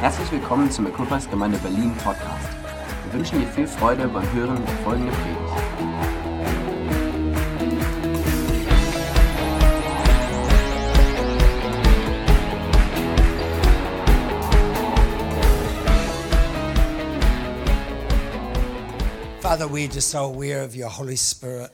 Herzlich willkommen zum Equippers Gemeinde Berlin Podcast. Wir wünschen dir viel Freude beim Hören der folgenden Predigt. Father, we're just so aware of your Holy Spirit.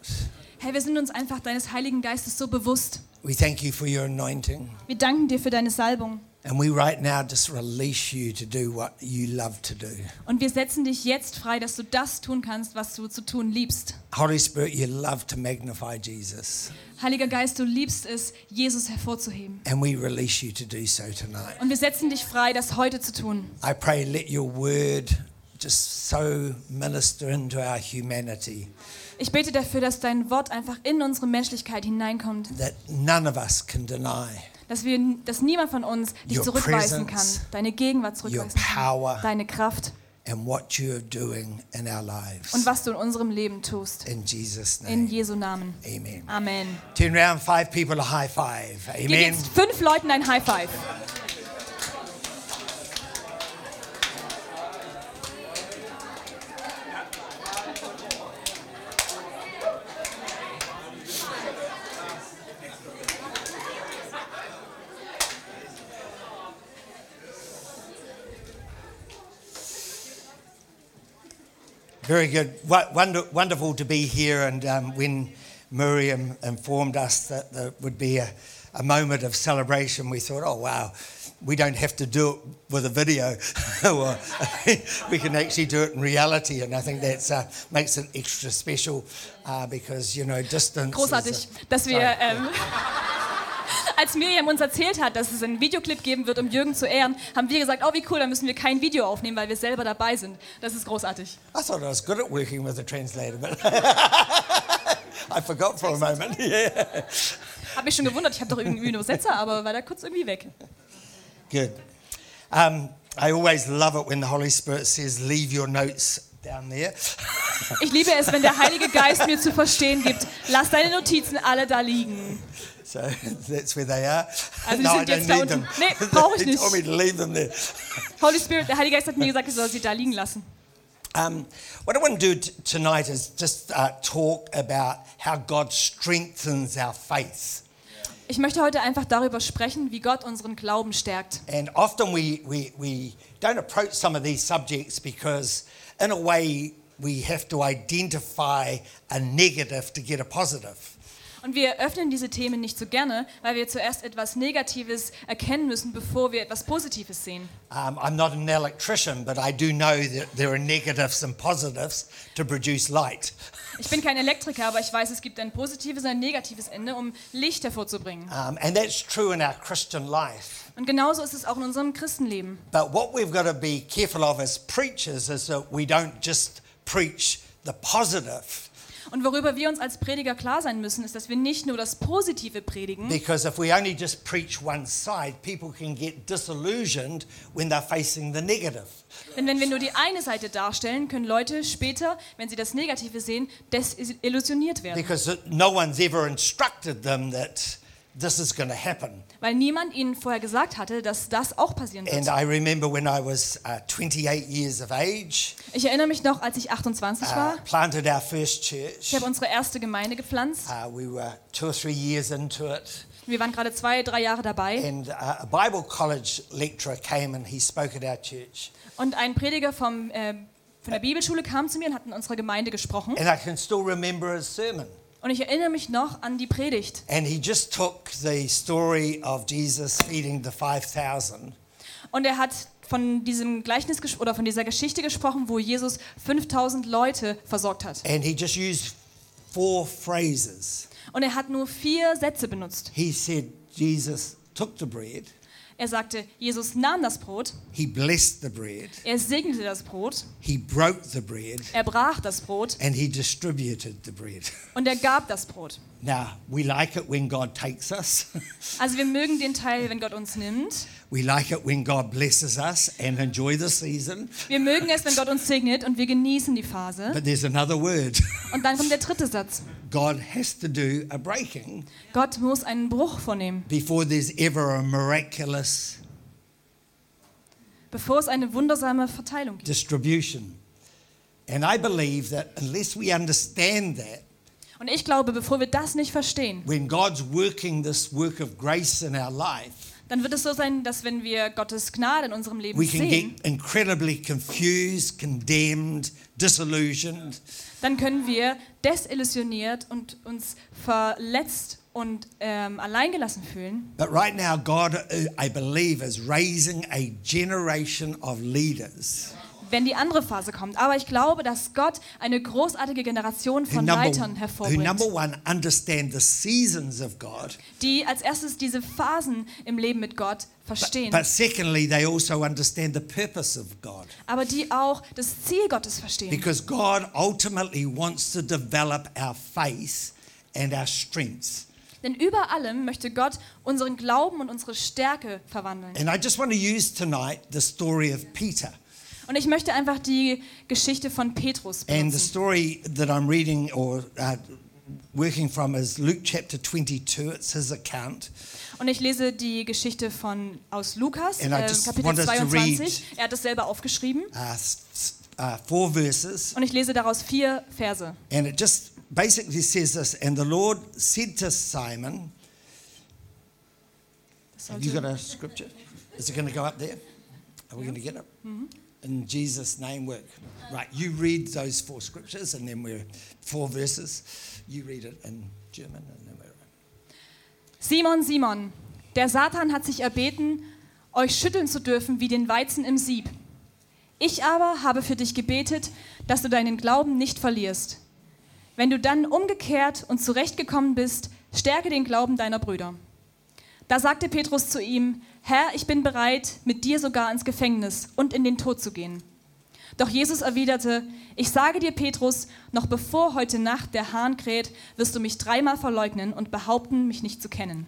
Herr, wir sind uns einfach deines Heiligen Geistes so bewusst. We thank you for your anointing. Wir danken dir für deine Salbung. And we right now just release you to do what you love to do. Und wir setzen dich jetzt frei, dass du das tun kannst, was du zu tun liebst. Holy Spirit, you love to magnify Jesus. Heiliger Geist, du liebst es, Jesus hervorzuheben. And we release you to do so tonight. Und wir setzen dich frei, das heute zu tun. I pray, let your word just so minister into our humanity Ich bete dafür, dass dein Wort einfach in unsere Menschlichkeit hineinkommt. that none of us can deny Dass, wir, dass niemand von uns dich Your zurückweisen kann. presence, Deine Gegenwart your zurückweisen kann. power Deine Kraft and what you are doing in our und lives. was du in unserem Leben tust. In Jesus' In name. Jesu Namen. Amen. Amen. Turn around, five people, a high five. Gib Amen. jetzt fünf Leuten ein High Five. Very good. Wo- Wonder, wonderful to be here. And um, when Miriam informed us that there would be a, a moment of celebration, we thought, oh, wow, we don't have to do it with a video. Or we can actually do it in reality. And I think that uh, makes it extra special uh, because, you know, distance. is a- Großartig, dass wir, Sorry. ähm, als Miriam uns erzählt hat, dass es einen Videoclip geben wird, um Jürgen zu ehren, haben wir gesagt, oh wie cool, da müssen wir kein Video aufnehmen, weil wir selber dabei sind. Das ist großartig. I thought I was good at working with a translator, but I forgot for a moment. Yeah. Hab mich schon gewundert, ich habe doch irgendwie einen Übersetzer, aber war da kurz irgendwie weg. Good. Um, I always love it when the Holy Spirit says, leave your notes down there. Ich liebe es, wenn der Heilige Geist mir zu verstehen gibt, lass deine Notizen alle da liegen. So that's where they are. Also die no, sind I don't jetzt da need them. unten. Nee, brauche ich they nicht. told me to leave them there. Holy Spirit, der Heilige Geist hat mir gesagt, ich soll sie da liegen lassen. Um, what I want to do t- tonight is just uh, talk about how God strengthens our faith. Ich möchte heute einfach darüber sprechen, wie Gott unseren Glauben stärkt. And often we, we, we don't approach some of these subjects because, in a way, we have to identify a negative to get a positive. Und wir öffnen diese Themen nicht so gerne, weil wir zuerst etwas Negatives erkennen müssen, bevor wir etwas Positives sehen. Um, I'm not an electrician, but I do know that there are negatives and positives to produce light. Ich bin kein Elektriker, aber ich weiß, es gibt ein positives und ein negatives Ende, um Licht hervorzubringen. Um, and that's true in our Christian life. Und genauso ist es auch in unserem Christenleben. But what we've got to be careful of as preachers is that we don't just preach the positive, Und worüber wir uns als Prediger klar sein müssen, ist, dass wir nicht nur das Positive predigen, because if we only just preach one side, people can get disillusioned when they're facing the negative. denn wenn wir nur die eine Seite darstellen, können Leute später, wenn sie das Negative sehen, desillusioniert werden, Because no one's ever instructed them that this is going to happen. weil niemand ihnen vorher gesagt hatte, dass das auch passieren And wird. I remember when I was uh, 28 years of age, Ich erinnere mich noch, als ich 28 uh, war, planted our first church. Ich habe unsere erste Gemeinde gepflanzt. Uh, we were two or three years into it, Wir waren gerade zwei, drei Jahre dabei. and uh, a Bible college lecturer came and he spoke at our church. Und ein Prediger vom, äh, von der Bibelschule kam zu mir und hat in unserer Gemeinde gesprochen. And I can still remember his sermon. Und ich erinnere mich noch an die Predigt. And he just took the story of Jesus feeding the 5,000 Und er hat von diesem Gleichnis gesch- oder von dieser Geschichte gesprochen, wo Jesus 5000 Leute versorgt hat. and he just used four phrases. Und er hat nur vier Sätze benutzt. He said, Jesus took the bread, Er sagte, Jesus nahm das Brot, he blessed the bread, er segnete das Brot, he broke the bread, er brach das Brot and he distributed the bread. und er gab das Brot. Now, we like it when God takes us. Also wir mögen den Teil, wenn Gott uns nimmt. We like it when God blesses us and enjoy the season. Wir mögen es, wenn Gott uns segnet und wir genießen die Phase. But there's another word. Und dann kommt der dritte Satz. God has to do a breaking Gott muss einen Bruch vornehmen, before there's ever a miraculous bevor es eine wundersame Verteilung gibt. distribution. And I believe that unless we understand that, Und ich glaube, bevor wir das nicht verstehen, when God's working this work of grace in our life, dann wird es so sein, dass wenn wir Gottes Gnade in unserem Leben we can sehen, get incredibly confused, condemned, disillusioned, dann können wir desillusioniert und uns verletzt und ähm, alleingelassen fühlen. But right now, God, uh, I believe, is raising a generation of leaders wenn die andere Phase kommt. Aber ich glaube, dass Gott eine großartige Generation who von number, Leitern who number hervorbringt, one understand the seasons of God, die als erstes diese Phasen im Leben mit Gott verstehen, but secondly, they also understand the purpose of God. aber die auch das Ziel Gottes verstehen. Because God ultimately wants to develop our faith and our strengths. Denn über allem möchte Gott unseren Glauben und unsere Stärke verwandeln. And I just want to use tonight the story of Peter. Und ich möchte einfach die Geschichte von Petrus And the benutzen. story that I'm reading or uh, working from is Luke chapter 22, it's his account. Und ich lese die Geschichte von aus Lukas, äh, And I just Kapitel want us to 22. Er hat das selber aufgeschrieben. uh, s- s- uh, four verses, Und ich lese daraus vier Verse. and it just basically says this. And the Lord said to Simon, Das "Have you got sollte- a scripture? Is it going to go up there? Are we going to get it? In Jesus' name, work. Right, you read those four scriptures, and then we're four verses. You read it in German, and then we're." Simon, Simon, der Satan hat sich erbeten, euch schütteln zu dürfen wie den Weizen im Sieb. Ich aber habe für dich gebetet, dass du deinen Glauben nicht verlierst. Wenn du dann umgekehrt und zurechtgekommen bist, stärke den Glauben deiner Brüder. Da sagte Petrus zu ihm, Herr, ich bin bereit, mit dir sogar ins Gefängnis und in den Tod zu gehen. Doch Jesus erwiderte, ich sage dir, Petrus, noch bevor heute Nacht der Hahn kräht, wirst du mich dreimal verleugnen und behaupten, mich nicht zu kennen.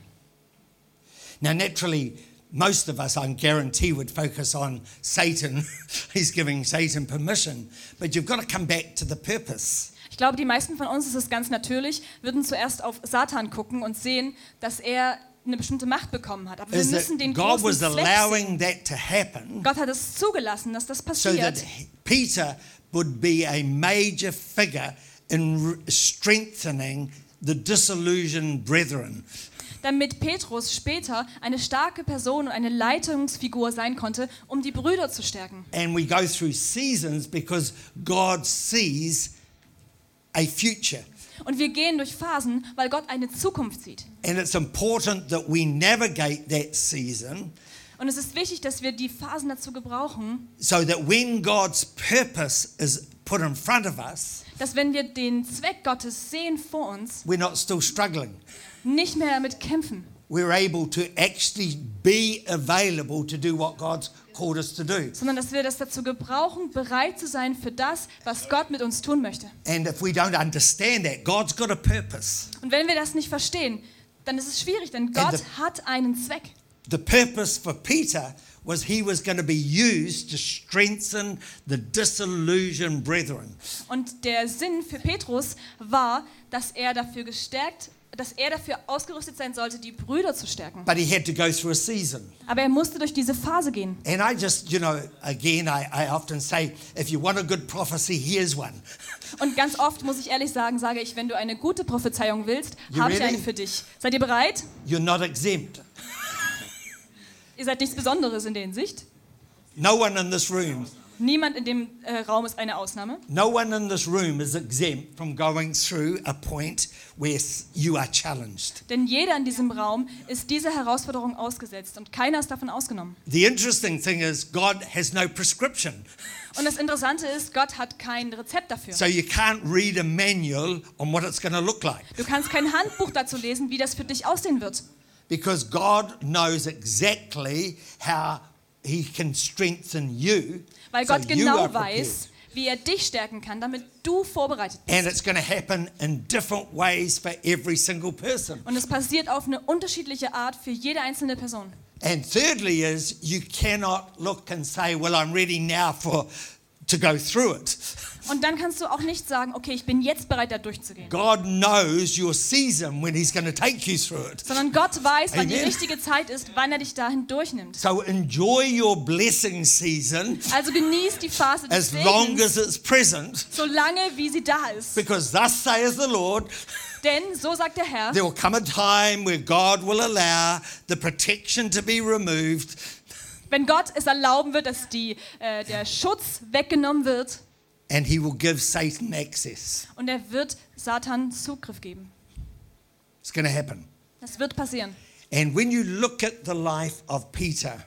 Now, naturally, most of us, I guarantee, would focus on Satan. He's giving Satan permission, but you've got to come back to the purpose. Ich glaube, die meisten von uns, ist es ganz natürlich, würden zuerst auf Satan gucken und sehen, dass er eine bestimmte Macht bekommen hat. Aber wir Is müssen that den God großen was Zweck sehen. allowing that to happen? Gott hat es zugelassen, dass das so that passiert, he- Peter would be a major figure in r- strengthening the disillusioned brethren. damit Petrus später eine starke Person und eine Leitungsfigur sein konnte, um die Brüder zu stärken. And we go through seasons because God sees a future. Und wir gehen durch Phasen, weil Gott eine Zukunft sieht. And it's important that we navigate that season Und es ist wichtig, dass wir die Phasen dazu gebrauchen, so that when God's purpose is put in front of us, dass wenn wir den Zweck Gottes sehen vor uns, we're not still struggling. nicht mehr damit kämpfen, We're able to actually be available to do what God's called us to do. sondern dass wir das dazu gebrauchen, bereit zu sein für das, was Gott mit uns tun möchte. And if we don't understand that, God's got a purpose. Und wenn wir das nicht verstehen, dann ist es schwierig, denn the- Gott hat einen Zweck. The purpose for Peter was he was going to be used to strengthen the disillusioned brethren. Und der Sinn für Petrus war, dass er dafür gestärkt, dass er dafür ausgerüstet sein sollte, die Brüder zu stärken. But he had to go through a season. Aber er musste durch diese Phase gehen. And I just, you know, again, I, I often say, if you want a good prophecy, here's one. Und ganz oft, muss ich ehrlich sagen, sage ich, wenn du eine gute Prophezeiung willst, You habe ich ready? eine für dich. Seid ihr bereit? You're not exempt. Ihr seid nichts Besonderes in der Hinsicht. No one in this room, Niemand in dem äh, Raum ist eine Ausnahme. no one in this room is exempt from going through a point where s- you are challenged. Denn jeder in diesem Raum ist dieser Herausforderung ausgesetzt und keiner ist davon ausgenommen. The interesting thing is, God has no prescription. Und das Interessante ist, Gott hat kein Rezept dafür. So you can't read a manual on what it's going to look like Du kannst kein Handbuch dazu lesen, wie das für dich aussehen wird. because God knows exactly how He can strengthen you. Weil so Gott you are genau prepared. weiß, wie er dich stärken kann, damit du vorbereitet bist. And it's going to happen in different ways for every single person. Und es passiert auf eine unterschiedliche Art für jede einzelne Person. And thirdly, is you cannot look and say, Well, I'm ready now for to go through it. Und dann kannst du auch nicht sagen, okay, ich bin jetzt bereit, da durchzugehen. God knows your season when He's going to take you through it. Sondern Gott weiß, wann die Amen. richtige Zeit ist, wann er dich dahin durchnimmt. So enjoy your blessing season Also genieß die Phase des as long Segens, as it's present, solange wie sie da ist. because thus saith the Lord, Denn, so sagt der Herr, there will come a time where God will allow the protection to be removed wenn Gott es erlauben wird, dass die, äh, der Schutz weggenommen wird and He will give Satan access. und er wird Satan Zugriff geben. It's going to happen. Das wird passieren. And when you look at the life of Peter,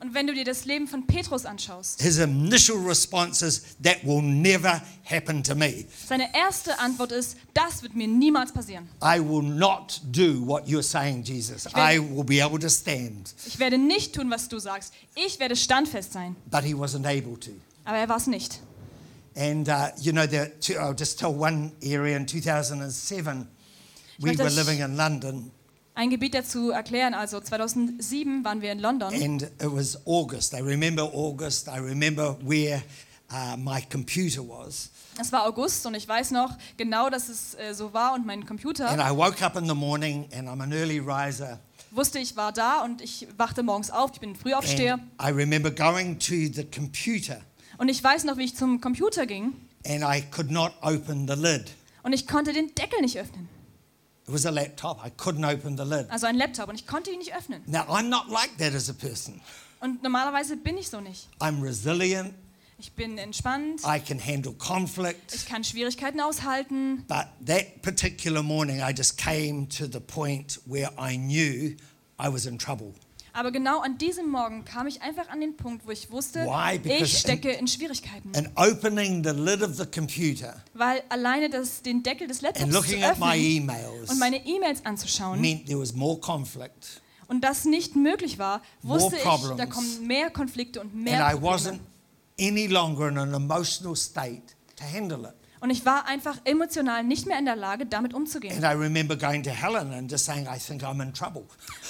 Und wenn du dir das Leben von Petrus anschaust, his initial response is, That will never happen to me. seine erste Antwort ist, das wird mir niemals passieren. I will not do what you're saying, Jesus. I will be able to stand. Ich werde nicht tun, was du sagst. Ich werde standfest sein. But he wasn't able to. Aber er war es nicht. And, uh, you know, there, two, I'll just tell one area in 2007, we But were there's- living in London, Ein Gebiet dazu erklären, also 2007 waren wir in London and it was August. I remember August. I remember where uh, my computer was. Es war August und ich weiß noch genau, dass es äh, so war und mein And Computer I woke up in the morning, and I'm an early riser. wusste, ich war da und ich wachte morgens auf, ich bin früh aufsteher And I remember going to the computer, und ich weiß noch, wie ich zum Computer ging and I could not open the lid. und ich konnte den Deckel nicht öffnen. It was a laptop. I couldn't open the lid. Also ein Laptop und ich konnte ihn nicht öffnen. Now, I'm not like that as a person. Und normalerweise bin ich so nicht. I'm resilient. Ich bin entspannt, I can handle conflict. ich kann Schwierigkeiten aushalten. But that particular morning, I just came to the point where I knew I was in trouble. Aber genau an diesem Morgen kam ich einfach an den Punkt, wo ich wusste, Why? Because ich stecke in Schwierigkeiten. And opening the lid of the computer Weil alleine das, den Deckel des and Laptops zu looking at my öffnen und emails meine E-Mails anzuschauen meant there was more conflict. und das nicht möglich war, More wusste ich, da problems. kommen mehr Konflikte und And I mehr Probleme. wasn't any longer in an emotional state to handle it. Und ich war einfach emotional nicht mehr in der Lage, damit umzugehen. And I remember going to Helen and just saying, I think I'm in trouble.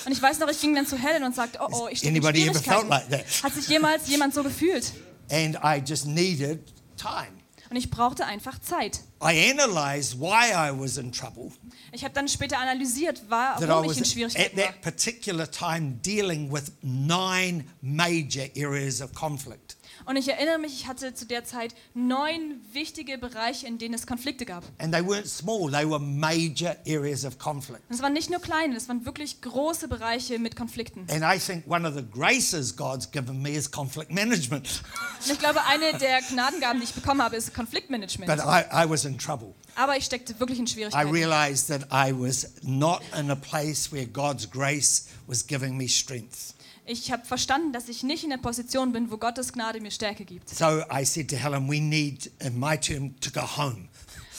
Und ich weiß noch, ich ging dann zu Helen und sagte, oh, oh, ich stecke in Anybody ever Schwierigkeiten. felt like that? Hat sich jemals jemand so gefühlt? And I just needed time. Und ich brauchte einfach Zeit. I analyzed why I was in trouble, Ich habe dann später analysiert, war- that I warum ich was in at Schwierigkeiten war. that particular time dealing with nine major areas of conflict. Und ich erinnere mich, ich hatte zu der Zeit neun wichtige Bereiche, in denen es Konflikte gab. And they weren't small, they were major areas of conflict. Und es waren nicht nur kleine, es waren wirklich große Bereiche mit Konflikten. And I think one of the graces God's given me is conflict management. Und ich glaube, eine der Gnadengaben, die ich bekommen habe, ist But Konfliktmanagement. I, I was in trouble. Aber ich steckte wirklich in I Schwierigkeiten. realized that I was not in a place where God's grace was giving me strength. Ich habe verstanden, dass ich nicht in der Position bin, wo Gottes Gnade mir Stärke gibt. So I said to Helen, we need, in my term, to go home,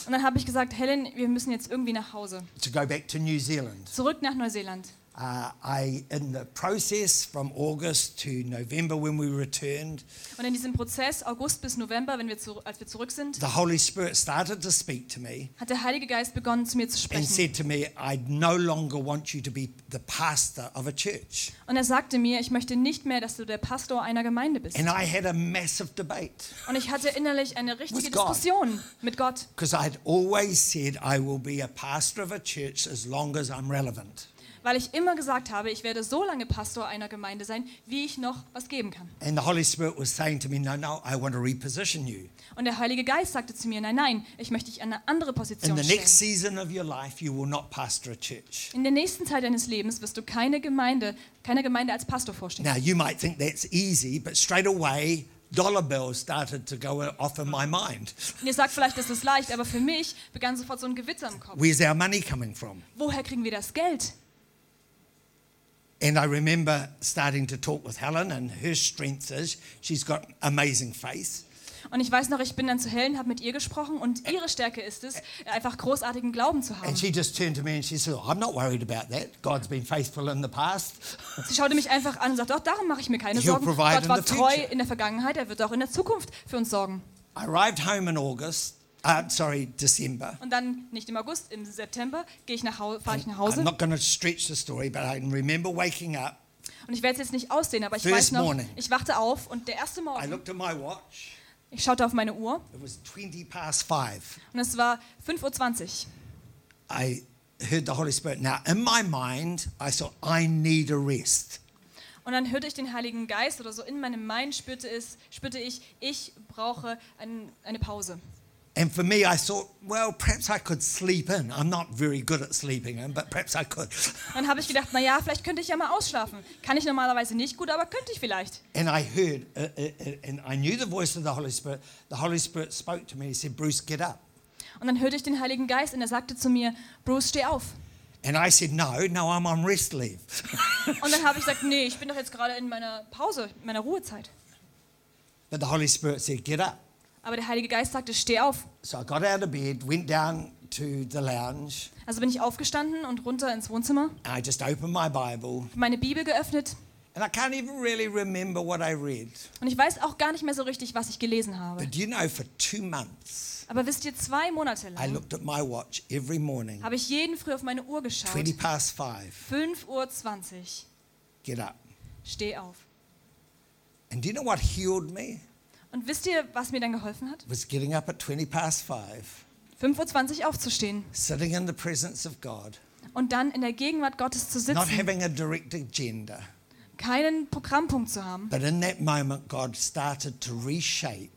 Und dann habe ich gesagt, Helen, wir müssen jetzt irgendwie nach Hause. to go back to New Zealand. Zurück nach Neuseeland. Uh, I, in the process from August to November when we returned, Und in diesem Prozess, August bis November, wenn wir zu, als wir zurück sind, the Holy Spirit started to speak to me hat der Heilige Geist begonnen, zu mir zu and sprechen. said to me, I no longer want you to be the pastor of a church. Und er sagte mir, ich möchte nicht mehr, dass du der Pastor einer Gemeinde bist. And I had a massive debate Und ich hatte innerlich eine richtige With God. Diskussion mit Gott. because I had always said I will be a pastor of a church as long as I'm relevant. weil ich immer gesagt habe, ich werde so lange Pastor einer Gemeinde sein, wie ich noch was geben kann. And the Holy Spirit was saying to me, No, no, I want to reposition you. Und der Heilige Geist sagte zu mir, nein, nein, ich möchte dich an eine andere In Position the next stellen. season of your life, you will not pastor a church. In der nächsten Zeit deines Lebens wirst du keine Gemeinde, keiner Gemeinde als Pastor vorstehen. Now, you might think that's easy, but straight away, dollar bills started to go off in my mind. Und ihr sagt vielleicht, das ist leicht, aber für mich begann sofort so ein Gewitter im Kopf. Where's our money coming from? Woher kriegen wir das Geld? And I remember starting to talk with Helen, and her strength is she's got amazing faith. Und ich weiß noch, ich bin dann zu Helen, habe mit ihr gesprochen und ihre Stärke ist es, einfach großartigen Glauben zu haben. And she just turned to me and she said, I'm not worried about that. God's been faithful in the past. Sie schaute mich einfach an und sagte, auch darum mache ich mir keine He'll Sorgen. Gott provide in war the treu future. in der Vergangenheit, er wird auch in der Zukunft für uns sorgen. I arrived home in August, uh, sorry, December. Und dann, nicht im August, im September, gehe ich nach Hause, fahre ich nach I'm Hause. not going to stretch the story, but I can remember waking up. Und ich werde es jetzt nicht aussehen, aber ich First weiß noch, morning. ich wachte auf und der erste I Morgen looked at my watch. Ich schaute auf meine Uhr It was 20 past five. und es war 5.20 Uhr. I heard the Holy Spirit. Now, in my mind, I thought, I need a rest. Und dann hörte ich den Heiligen Geist oder so in meinem Mind spürte, es, spürte ich, ich brauche ein, eine Pause. And for me, I thought, well, perhaps I could sleep in. I'm not very good at sleeping in, but perhaps I could. Dann habe ich gedacht, naja, vielleicht könnte ich ja mal ausschlafen. Kann ich normalerweise nicht gut, aber könnte ich vielleicht. And I heard, uh, uh, uh, and I knew the voice of the Holy Spirit. The Holy Spirit spoke to me. He said, Bruce, get up. Und dann hörte ich den Heiligen Geist und er sagte zu mir, Bruce, steh auf. And I said, no, no, I'm on rest leave. Und dann habe ich gesagt, nee, ich bin doch jetzt gerade in meiner Pause, in meiner Ruhezeit. But the Holy Spirit said, get up. Aber der Heilige Geist sagte, steh auf. So I got out of bed, went down to the lounge, Also bin ich aufgestanden und runter ins Wohnzimmer, and I just opened my Bible. meine Bibel geöffnet And I can't even really remember what I read. und ich weiß auch gar nicht mehr so richtig, was ich gelesen habe. But do you know, for two months, Aber wisst ihr, zwei Monate I lang looked at my watch every morning, habe ich jeden früh auf meine Uhr 20 geschaut. past five, 5.20 Uhr, get up. steh auf. And do you know what healed me? Und wisst ihr, was mir dann geholfen hat? Was getting up at 20 past five, 5.20 Uhr aufzustehen sitting in the presence of God, und dann in der Gegenwart Gottes zu not sitzen, having a direct agenda. keinen Programmpunkt zu haben. But in that moment, God started to reshape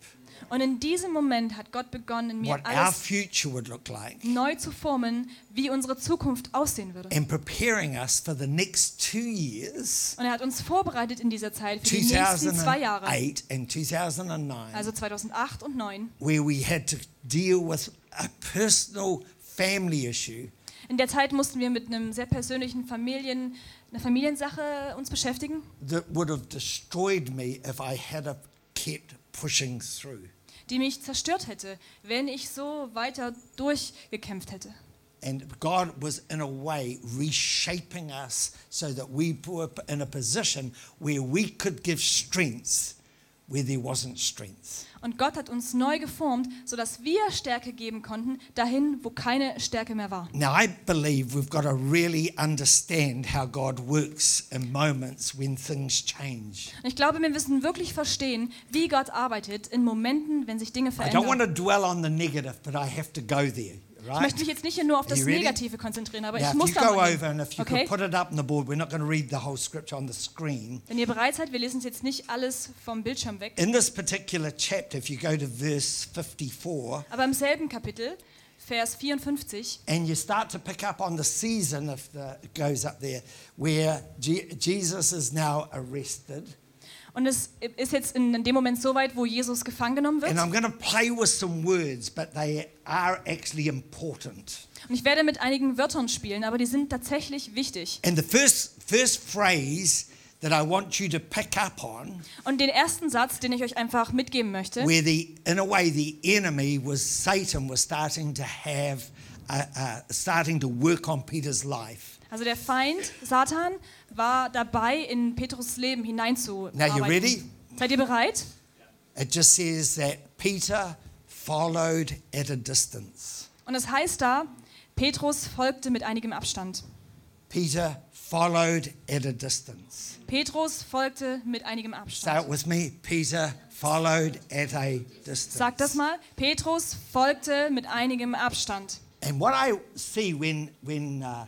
Und in diesem Moment hat Gott begonnen, in mir what our alles future would look like neu zu formen, wie unsere Zukunft aussehen würde. and preparing us for the next two years Und er hat uns vorbereitet in dieser Zeit für die nächsten zwei Jahre, 2008 and 2009, also 2008 und 2009. where we had to deal with a personal family issue In der Zeit mussten wir mit einem sehr persönlichen Familien, einer Familiensache uns beschäftigen, that would have destroyed me if I had have kept pushing through. die mich zerstört hätte, wenn ich so weiter durchgekämpft hätte. And God was, in a way, reshaping us so that we were in a position where we could give strength where there wasn't strength. Und Gott hat uns neu geformt, sodass wir Stärke geben konnten, dahin, wo keine Stärke mehr war. Now, I believe we've got to really understand how God works in moments when things change. Und ich glaube, wir müssen wirklich verstehen, wie Gott arbeitet in Momenten, wenn sich Dinge I don't want verändern. to dwell on the negative, but I have to go there, Ich right? möchte mich jetzt nicht nur auf Are das you ready? Negative konzentrieren, aber Now, ich if muss you go da over and if you okay? could put it up on the board, we're not going to read the whole scripture on the screen. Wenn ihr bereit seid, wir lesen es jetzt nicht alles vom Bildschirm weg. In this particular chapter, if you go to verse 54, Aber im selben Kapitel, Vers 54, and you start to pick up on the season, if the, it goes up there, where Je- Jesus is now arrested. und es ist jetzt in dem Moment so weit, wo Jesus gefangen genommen wird. And I'm going to play with some words, but they are actually important. Und ich werde mit einigen Wörtern spielen, aber die sind tatsächlich wichtig. And the first, first phrase that I want you to pick up on, Und den ersten Satz, den ich euch einfach mitgeben möchte, where the, in a way, the enemy was Satan was starting to have, uh, uh, starting to work on Peter's life. also der Feind, Satan, war dabei, in Petrus Leben Now you hineinzuarbeiten. ready? Seid ihr bereit? It just says that Peter followed at a distance. Und es heißt da, Petrus folgte mit einigem Abstand. Peter followed at a distance. Petrus folgte mit einigem Say it Abstand. with me. Peter followed at a distance. Sag das mal. Petrus folgte mit einigem Abstand. And what I see when, when uh,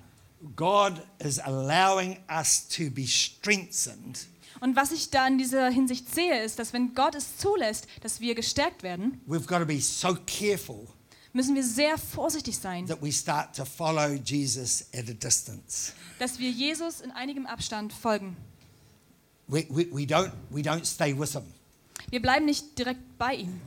God is allowing us to be strengthened, Und was ich da in dieser Hinsicht sehe, ist, dass wenn Gott es zulässt, dass wir gestärkt werden, we've got to be so careful müssen wir sehr vorsichtig sein, that we start to follow Jesus at a distance. dass wir Jesus in einigem Abstand folgen. We, we, we, don't, we don't stay with him. Wir bleiben nicht direkt bei ihm.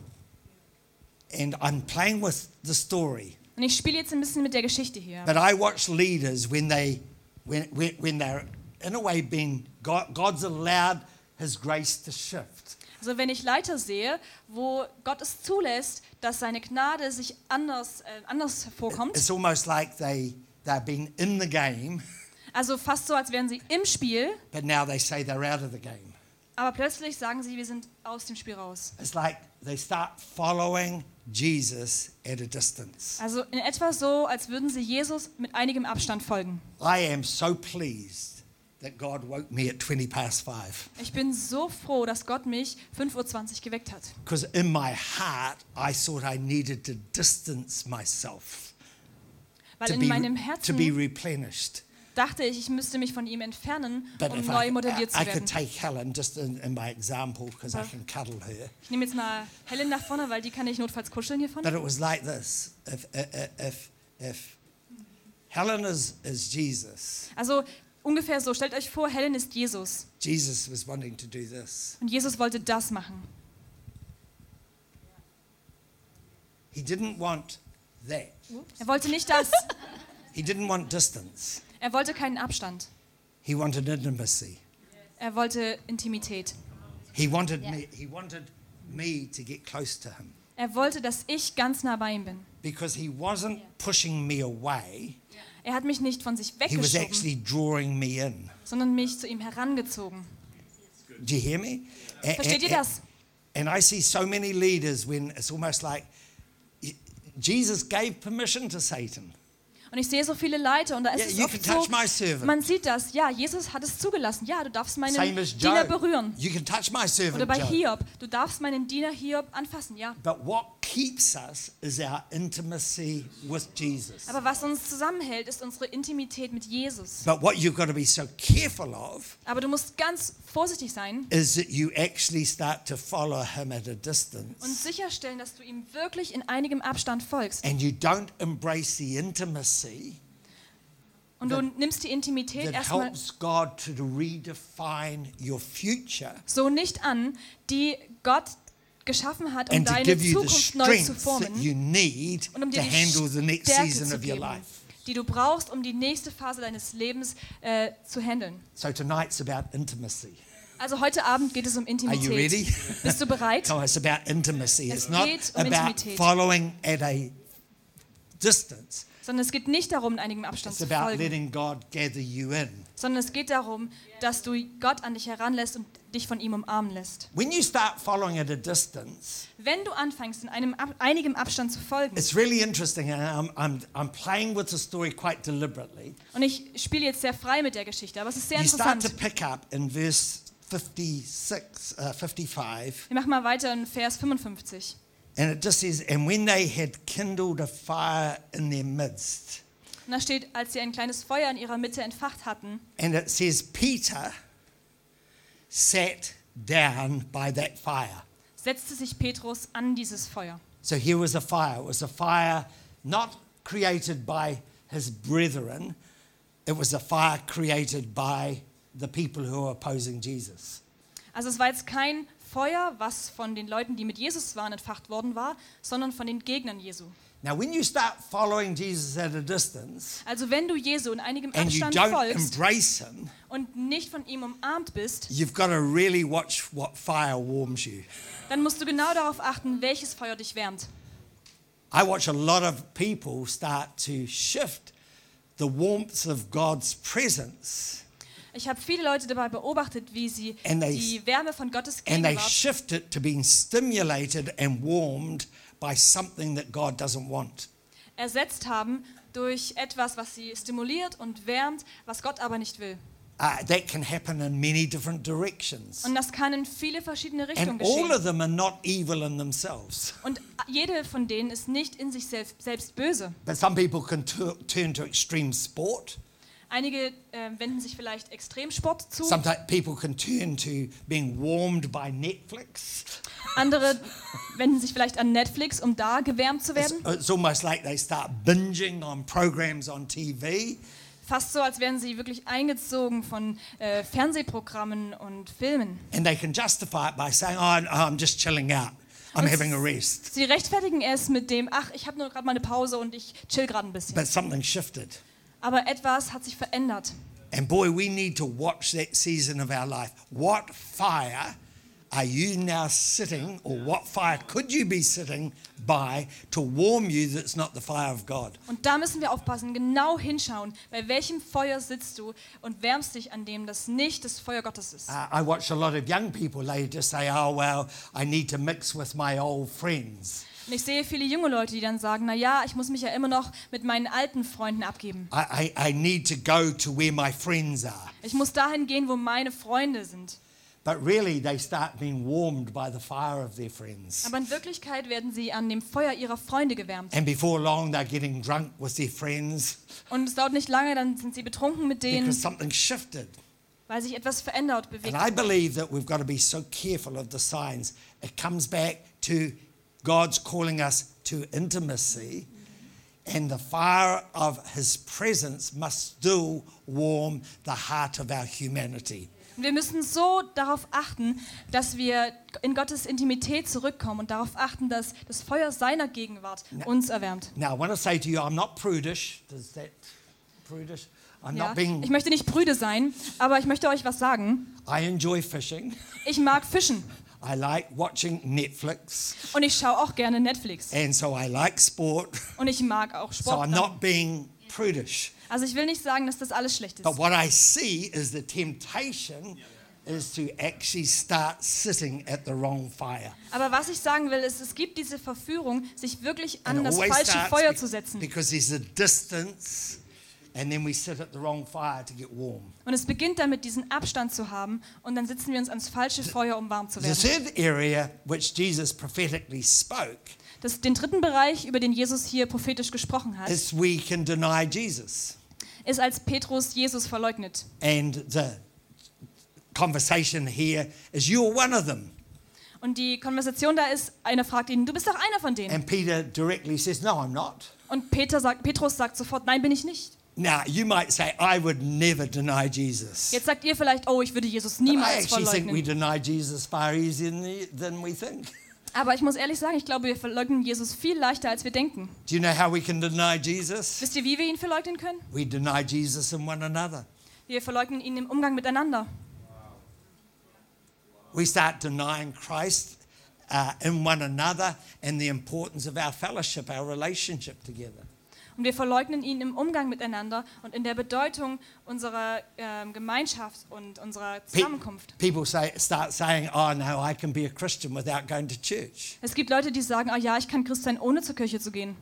And I'm playing with the story. Und ich spiele jetzt ein bisschen mit der Geschichte hier. But I watch leaders when they, when, when, when they're in a way being, God, God's allowed His grace to shift. Also wenn ich Leiter sehe, wo Gott es zulässt, dass seine Gnade sich anders, äh, anders hervorkommt, It's almost like they they've been in the game, Also fast so, als wären sie im Spiel, but now they say they're out of the game. aber plötzlich sagen sie, wir sind aus dem Spiel raus. It's like they start following Jesus at a distance. Also in etwa so, als würden sie Jesus mit einigem Abstand folgen. I am so pleased that God woke me at 20 past five. Ich bin so froh, dass Gott mich 5.20 Uhr geweckt hat. Because in my heart, I thought I needed to distance myself Weil to in be, meinem to be Herzen replenished. dachte ich, ich müsste mich von ihm entfernen, But um if neu I, modelliert I zu could werden. take Helen just in, in my example because I can cuddle her. Ich nehme jetzt mal Helen nach vorne, weil die kann ich notfalls kuscheln hier vorne. But it was like this: if if if, if Helen is, is Jesus, Also ungefähr so, stellt euch vor, Helen ist Jesus Jesus was wanting to do this. und Jesus wollte das machen. He didn't want that. Er wollte nicht das. He didn't want distance. Er wollte keinen Abstand. He wanted intimacy. Er wollte Intimität. He wanted me. He wanted me to get close to him Er wollte, dass ich ganz nah bei ihm bin. because he wasn't pushing me away. Er hat mich nicht von sich He was weggeschoben, actually drawing me in. sondern mich zu ihm herangezogen. Do you hear me? Eh, A- a- Versteht ihr a- das? And I see so many leaders when it's almost like Jesus gave permission to Satan. Und ich sehe so viele Leute und da ist Yeah, es you oft can touch my so, servant. man sieht das, ja, Jesus hat es zugelassen, ja, du darfst meinen Same as Diener Job. berühren. You can touch my Oder servant, bei Job. Hiob, du darfst meinen Diener Hiob anfassen, ja. But what keeps us is our intimacy with Jesus. Aber was uns zusammenhält, ist unsere Intimität mit Jesus. But what you've got to be so careful of Aber du musst ganz vorsichtig sein is that you actually start to follow him at a und distance sicherstellen, dass du ihm wirklich in einigem Abstand folgst. and you don't embrace the intimacy Und du nimmst die Intimität that erstmal helps God to redefine your future so nicht an, die Gott geschaffen hat, um and to deine give you the Zukunft neu zu strength that you formen need und um to dir die handle the next Stärke season zu of your geben, life. die du brauchst, um die nächste Phase deines Lebens äh, zu handeln. So tonight's about intimacy. Also heute Abend geht es um Are you ready? Intimität. Bist du bereit? No, it's about intimacy. It's Es not geht um about Intimität. following at a distance. Sondern es geht nicht darum, in einigem Abstand It's zu about folgen, letting God gather you in. sondern es geht darum, dass du Gott an dich heranlässt und dich von ihm umarmen lässt. When you start following at a distance, Wenn du anfängst, in einem Ab einigem Abstand zu folgen, it's really interesting. And I'm, I'm, I'm playing with the story quite deliberately. und ich spiele jetzt sehr frei mit der Geschichte, aber es ist sehr You start to interessant. pick up in verse 56, uh, 55, Wir machen mal weiter in Vers 55. and it just says, And when they had kindled a fire in their midst, Und da steht, als sie ein kleines Feuer in ihrer Mitte entfacht hatten, and it says, Peter sat down by that fire. setzte sich Petrus an dieses Feuer. So here was a fire. It was a fire not created by his brethren, it was a fire created by the people who are opposing Jesus. Also es war jetzt kein Feuer, was von den Leuten, die mit Jesus waren, entfacht worden war, sondern von den Gegnern Jesu. Now, when you start following Jesus at a distance Also wenn du Jesu in einigem and you Abstand don't folgst embrace him, und nicht von ihm umarmt bist, you've got to really watch what fire warms you. dann musst du genau darauf achten, welches Feuer dich wärmt. I watch a lot of people start to shift the warmth of God's presence Ich habe viele Leute dabei beobachtet, wie sie And they- die Wärme von Gottes and they Gegenwart shift it to being stimulated and warmed by something that God doesn't want. ersetzt haben durch etwas, was sie stimuliert und wärmt, was Gott aber nicht will. Uh, that can happen in many different directions. Und das kann in viele verschiedene And Richtungen all geschehen. of them are not evil in themselves. Und jede von denen ist nicht in sich selbst, selbst böse. But some people can tu- turn to extreme sport. Einige äh, wenden sich vielleicht Extremsport zu, Some ti- people can turn to being warmed by Netflix. andere wenden sich vielleicht an Netflix, um da gewärmt zu It's, werden. it's almost like they start binging on programs on TV. Fast so, als wären sie wirklich eingezogen von äh, Fernsehprogrammen und Filmen. And they can justify it by saying, oh, I'm- I'm just chilling out. I'm Und having a rest. Sie rechtfertigen es mit dem, ach, ich habe nur gerade mal eine Pause und ich chill gerade ein bisschen. But something shifted. Aber etwas hat sich verändert. And boy, we need to watch that season of our life. What fire are you now sitting, or what fire could you be sitting by to warm you that's not the fire of God? Und da müssen wir aufpassen, genau hinschauen, bei welchem Feuer sitzt du und wärmst dich an dem, das nicht das Feuer Gottes ist. Uh, I watch a lot of young people later say, oh, well, I need to mix with my old friends. Und ich sehe viele junge Leute, die dann sagen, na ja, ich muss mich ja immer noch mit meinen alten Freunden abgeben. I, I, I need to go to where my friends are. Ich muss dahin gehen, wo meine Freunde sind. But really, they start being warmed by the fire of their friends. Aber in Wirklichkeit werden sie an dem Feuer ihrer Freunde gewärmt. And before long, they're getting drunk with their friends Und es dauert nicht lange, dann sind sie betrunken mit denen, because something shifted. weil sich etwas verändert, bewegt. And I believe that we've got to be so careful of the signs. It comes back to God's calling us to intimacy, and the fire of His presence must still warm the heart of our humanity. Und wir müssen so darauf achten, dass wir in Gottes Intimität zurückkommen und darauf achten, dass das Feuer seiner Gegenwart uns erwärmt. Now, I want to say to you, I'm not prudish. Does that prudish? I'm Ja? not being. Ich möchte nicht prüde sein, aber ich möchte euch was sagen. I enjoy fishing. Ich mag Fischen I like watching Netflix, und ich schaue auch gerne Netflix and so I like sport. und ich mag auch So I'm Sport. not being prudish. Also ich will nicht sagen, dass das alles schlecht ist. But what I see is the temptation is to actually start sitting at the wrong fire. Aber was ich sagen will, ist, es gibt diese Verführung, sich wirklich And it an das always falsche starts Feuer be- zu setzen. Because there's a distance and then we sit at the wrong fire to get warm. Und es beginnt damit, diesen Abstand zu haben und dann sitzen wir uns ans falsche Feuer, um warm zu The werden. third area which Jesus prophetically spoke Das, den dritten Bereich, über den Jesus hier prophetisch gesprochen hat, is we can deny Jesus. ist, als Petrus Jesus verleugnet. And the conversation here is you're one of them. Und die Konversation da ist, einer fragt ihn, du bist doch einer von denen. And Peter directly says, No, I'm not. Und Peter sagt, Petrus sagt sofort, nein, bin ich nicht. Now, you might say, I would never deny Jesus. Jetzt sagt ihr vielleicht, oh, ich würde Jesus But I niemals actually think we verleugnen. deny Jesus far easier than, the- than we think. Aber ich muss ehrlich sagen, ich glaube, wir verleugnen Jesus viel leichter, als wir denken. Do you know how we can deny Jesus? Wisst ihr, wie wir ihn verleugnen können? We deny Jesus in one another. Wir verleugnen ihn im Umgang miteinander. We start denying Christ uh, in one another and the importance of our fellowship, our relationship together. Und wir verleugnen ihn im Umgang miteinander und in der Bedeutung unserer ähm, Gemeinschaft und unserer Pe- Zusammenkunft. people say, start saying, oh no, I can be a Christian without going to church. Es gibt Leute, die sagen, oh ja, ich kann Christ sein, ohne zur Kirche zu gehen.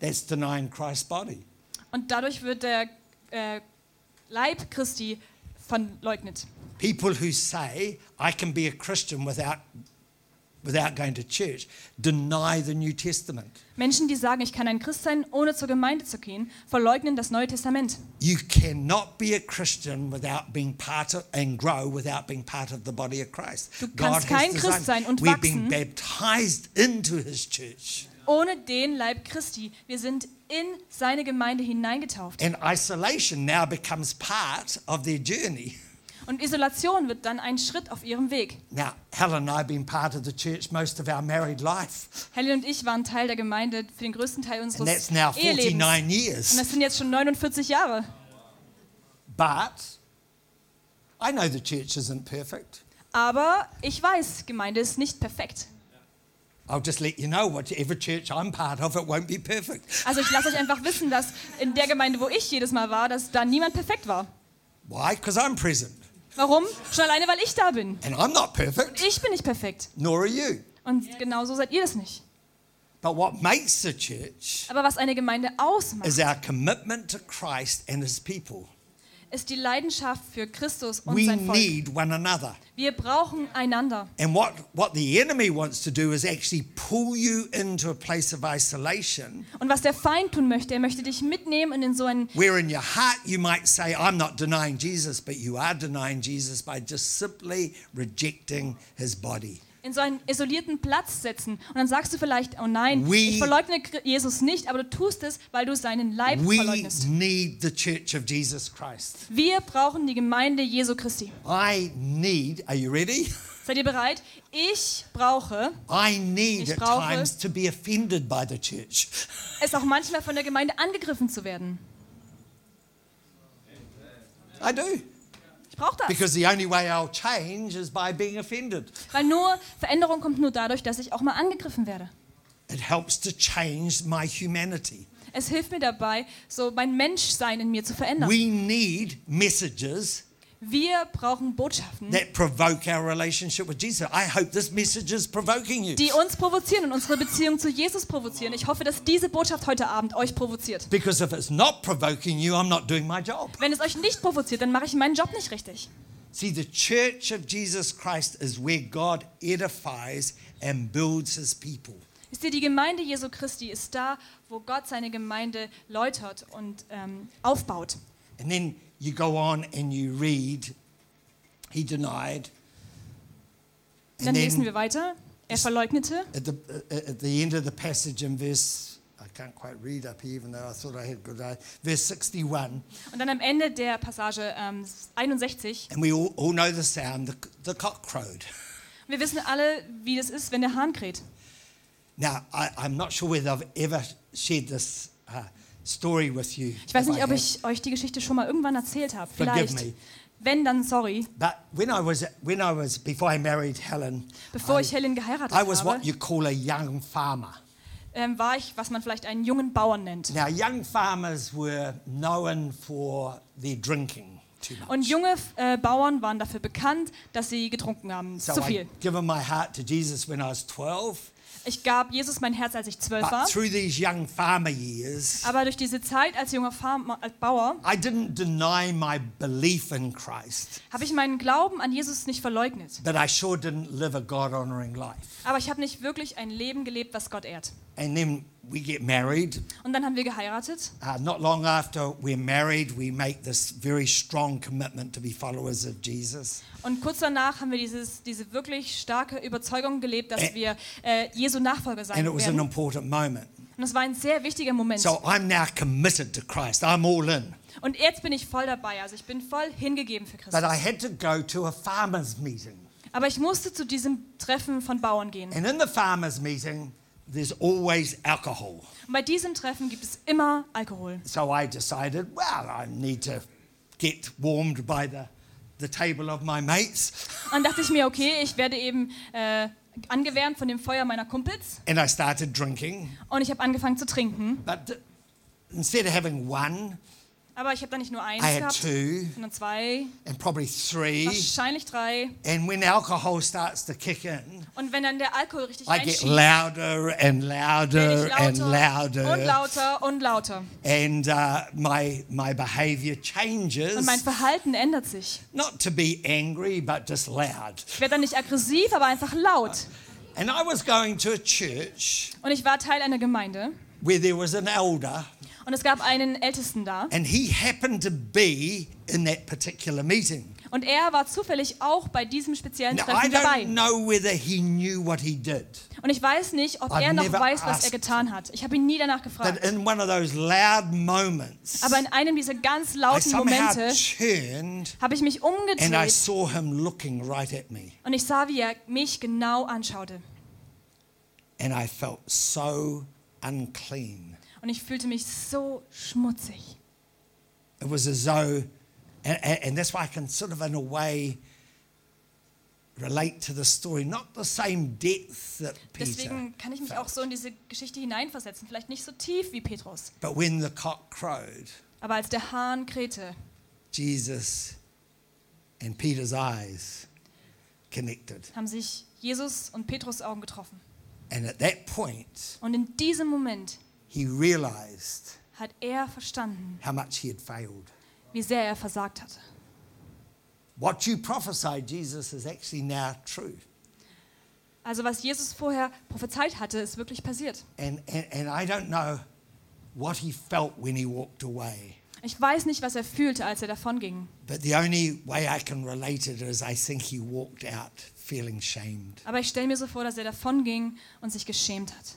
That's denying Christ's body. Und dadurch wird der äh, Leib Christi verleugnet. People who say, I can be a Christian without, without going to church, deny the New Testament. Menschen, die sagen, ich kann ein Christ sein, ohne zur Gemeinde zu gehen, verleugnen das Neue Testament. You cannot be a Christian without being part of and grow without being part of the body of Christ. Du kannst kein Christ sein und We've been wachsen. baptized into His church. Ohne den Leib Christi. Wir sind in seine Gemeinde hineingetauft. And isolation now becomes part of their journey. Und Isolation wird dann ein Schritt auf ihrem Weg. Now, Helen and I have been part of the church most of our married life, Helen und ich waren Teil der Gemeinde für den größten Teil and unseres that's now Ehelebens. 49 Und years. das sind jetzt schon 49 Jahre. But I know the church isn't perfect. Aber ich weiß, Gemeinde ist nicht perfekt. I'll just let you know, whatever church I'm part of, it won't be perfect. Also ich lasse euch einfach wissen, dass in der Gemeinde, wo ich jedes Mal war, dass da niemand perfekt war. Why? Because I'm present, Warum? Schon alleine, weil ich da bin. and I'm not perfect, Ich bin nicht perfekt. nor are you. Und genau so seid ihr das nicht. But what makes the church Aber was eine Gemeinde ausmacht, is our commitment to Christ and his people. ist die Leidenschaft für Christus und We sein Volk. need one another. Wir brauchen einander. And what, what the enemy wants to do is actually pull you into a place of isolation Und was der Feind tun möchte, er möchte dich mitnehmen und in so einen where in your heart you might say, I'm not denying Jesus, but you are denying Jesus by just simply rejecting his body. in so einen isolierten Platz setzen. Und dann sagst du vielleicht, oh nein, We- ich verleugne Kr- Jesus nicht, aber du tust es, weil du seinen Leib We verleugnest. need the church of Jesus Christ. Wir brauchen die Gemeinde Jesu Christi. I need, are you ready? Seid ihr bereit? Ich brauche I need Ich at brauche- times to be offended by the church. es auch manchmal von der Gemeinde angegriffen zu werden. I do. Ich brauche das. Because the only way I'll change is by being offended. Weil nur Veränderung kommt nur dadurch, dass ich auch mal angegriffen werde. It helps to change my humanity. Es hilft mir dabei, so mein Menschsein in mir zu verändern. We need messages Wir brauchen Botschaften, that provoke our relationship with Jesus. I hope this message is provoking you. die uns provozieren und unsere Beziehung zu Jesus provozieren. Ich hoffe, dass diese Botschaft heute Abend euch provoziert. Because if it's not provoking you, I'm not doing my job. Wenn es euch nicht provoziert, dann mache ich meinen Job nicht richtig. See, the church of Jesus Christ is where God edifies and builds his people. Wisst ihr, die Gemeinde Jesu Christi ist da, wo Gott seine Gemeinde läutert und ähm, aufbaut. And then you go on and you read, he denied. Dann And lesen then wir weiter. Er verleugnete. at the, uh, at at the end of the passage in verse, I can't quite read up here, even though I thought I had good eyes, verse 61, Und dann am Ende der Passage ähm, 61. and we all, all know the sound, the, the cock crowed. Wir wissen alle, wie das ist, wenn der Hahn kräht. Now, I, I'm not sure whether I've ever shared this uh, story with you. Ich weiß If nicht, I ob have- ich euch die Geschichte schon mal irgendwann erzählt habe. Oh Forgive Vielleicht. me. Wenn, dann sorry. But when I was when I was before I married Helen, Bevor I, ich Helen geheiratet I was habe, what you call a young farmer. ähm, war ich, was man vielleicht einen jungen Bauern nennt. Now, young farmers were known for their drinking too much. Und junge äh, Bauern waren dafür bekannt, dass sie getrunken haben. so Zu I viel. given my heart to Jesus when I was 12. Ich gab Jesus mein Herz, als ich zwölf But war. through these young farmer years, Aber durch diese Zeit als junger Farmer, als Bauer I didn't deny my belief in Christ, habe ich meinen Glauben an Jesus nicht verleugnet. but I sure didn't live a God honoring life. Aber ich habe nicht wirklich ein Leben gelebt, was Gott ehrt. And then we get married. Und dann haben wir geheiratet. Uh, not long after we're married, we make this very strong commitment to be followers of Jesus. Und kurz danach haben wir dieses, diese wirklich starke Überzeugung gelebt, dass Ä- wir äh, Jesu Nachfolger sein and it was an werden. Und important moment. das war ein sehr wichtiger Moment. So I'm now committed to Christ. I'm all in. Und jetzt bin ich voll dabei. Also ich bin voll hingegeben für But I Christus. had to go to a farmers meeting. Aber ich musste zu diesem Treffen von Bauern gehen. And in the farmers meeting, there's always alcohol. Und bei diesem Treffen gibt es immer Alkohol. So I decided, well, I need to get warmed by the, the table of my mates. Und dachte ich mir, okay, ich werde eben äh, angewärmt von dem Feuer meiner Kumpels. And I started drinking. Und ich habe angefangen zu trinken. But th- instead of having one, Aber ich habe dann nicht nur eins I had gehabt, two sondern zwei, and probably three. wahrscheinlich drei. And when alcohol starts to kick in, Und wenn dann der Alkohol richtig I get einschießt, louder and louder werde and ich lauter und louder. lauter und lauter. And uh, my, my behavior changes, Und mein Verhalten ändert sich. not to be angry, but just loud. Ich werde dann nicht aggressiv, aber einfach laut. And I was going to a church Und ich war Teil einer Gemeinde. where there was an elder, Und es gab einen Ältesten da. and he happened to be in that particular meeting. Und er war zufällig auch bei diesem speziellen Now, I Treffen don't dabei. know whether he knew what he did, Und ich weiß nicht, ob I've er noch never weiß, was er asked. getan hat. Ich habe ihn nie danach gefragt. but in one of those loud moments, Aber in einem dieser ganz I lauten somehow Momente turned habe ich mich and I umgedreht saw him looking right at me. und ich sah, wie er mich genau anschaute. and I felt so unclean. Und ich fühlte mich so schmutzig. It was as though, and, and, and that's why I can sort of, in a way, relate to the story. Not the same depth that Peter, Deswegen kann ich mich auch so in diese Geschichte hineinversetzen. Vielleicht nicht so tief wie Petrus. but when the cock crowed, Aber als der Hahn krähte, Jesus and Peter's eyes connected. haben sich Jesus und Petrus Augen getroffen. And at that point, Und in diesem Moment he realized hat er verstanden, how much he had failed. wie sehr er versagt hatte. What you prophesied, Jesus, is actually now true. Also was Jesus vorher prophezeit hatte, ist wirklich passiert. And, and, and I don't know what he felt when he walked away, Ich weiß nicht, was er fühlte, als er davonging. but the only way I can relate it is I think he walked out feeling shamed. Aber ich stelle mir so vor, dass er davonging und sich geschämt hat.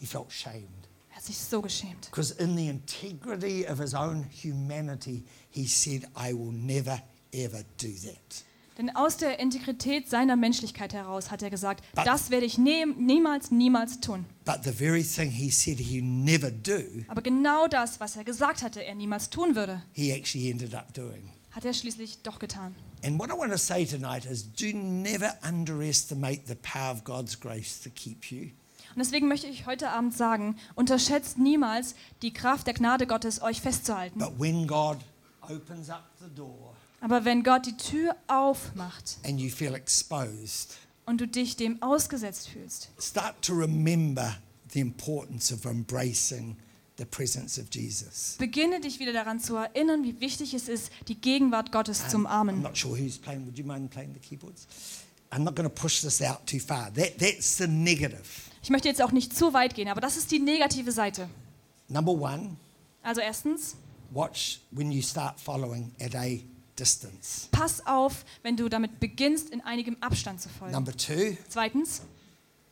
He felt shamed. Er hat sich so geschämt. Because in the integrity of his own humanity, he said, I will never, ever do that. Denn aus der Integrität seiner Menschlichkeit heraus hat er gesagt, Was? das werde ich nie, niemals, niemals tun. But the very thing he said he'd never do, Aber genau das, was er gesagt hatte, er niemals tun würde, he actually ended up doing. hat er schließlich doch getan. And what I want to say tonight is do never underestimate the power of God's grace to keep you. Und deswegen möchte ich heute Abend sagen, unterschätzt niemals die Kraft der Gnade Gottes, euch festzuhalten. But when God opens up the door, Aber wenn Gott die Tür aufmacht and you feel exposed, und du dich dem ausgesetzt fühlst, start to remember the importance of embracing the presence of Jesus. beginne dich wieder daran zu erinnern, wie wichtig es ist, die Gegenwart Ah, Gottes zu I'm umarmen. not sure who's playing. Would you mind playing the keyboards? I'm not going to push this out too far. That, that's the negative. Ich möchte jetzt auch nicht zu weit gehen, aber das ist die negative Seite. Number one, Also erstens, watch when you start following at a distance. pass auf, wenn du damit beginnst, in einigem Abstand zu folgen. Number two, Zweitens,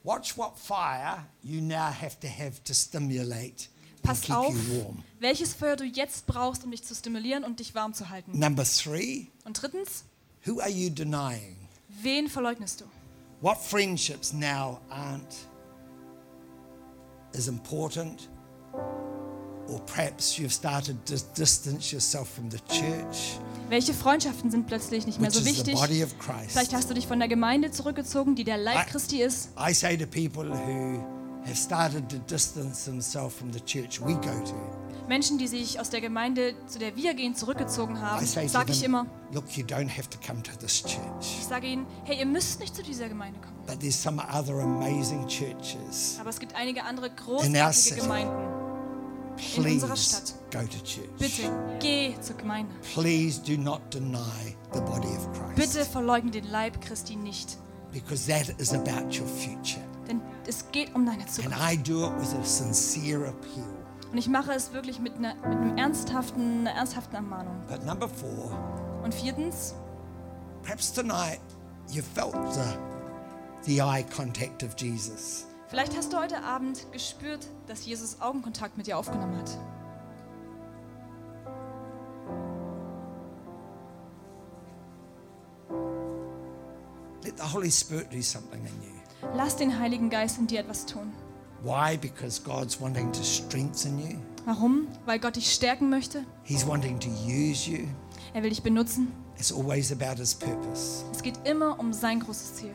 watch what fire you now have to have to stimulate and pass keep auf, you warm. welches Feuer du jetzt brauchst, um dich zu stimulieren und dich warm zu halten. Number three, Und drittens, who are you denying? wen verleugnest du? What friendships now aren't as important, or perhaps you've started to distance yourself from the church, Welche Freundschaften sind plötzlich nicht mehr which so is the wichtig? body of Vielleicht Christ. hast du dich von der Gemeinde zurückgezogen, die der Leib Ah. Christi ist. I say to people who have started to distance themselves from the church we go to, Menschen, die sich aus der Gemeinde, zu der wir gehen, zurückgezogen I haben, say to sage ich immer, them, look, you don't have to come to this church, ich sage ihnen, hey, ihr müsst nicht zu dieser Gemeinde kommen. but there's some other amazing churches. Aber es gibt einige andere In our großartige city. Gemeinden. unserer Please Stadt. go to church. Bitte, geh zur Gemeinde. Please do not deny the body of Christ. Bitte verleugne den Leib Christi nicht. because that is about your future. Denn es geht um deine And Zukunft. I do it with a sincere appeal. Und ich mache es wirklich mit einer mit einem ernsthaften, einer ernsthaften Ermahnung. But number four, Und viertens, perhaps tonight you felt the, the eye contact of Jesus. vielleicht hast du heute Abend gespürt, dass Jesus Augenkontakt mit dir aufgenommen hat. Let the Holy Spirit do something in you. Lass den Heiligen Geist in dir etwas tun. Why? Because God's wanting to strengthen you, Warum? Weil Gott dich stärken möchte. He's wanting to use you. Er will dich benutzen. It's always about His purpose. Es geht immer um sein großes Ziel.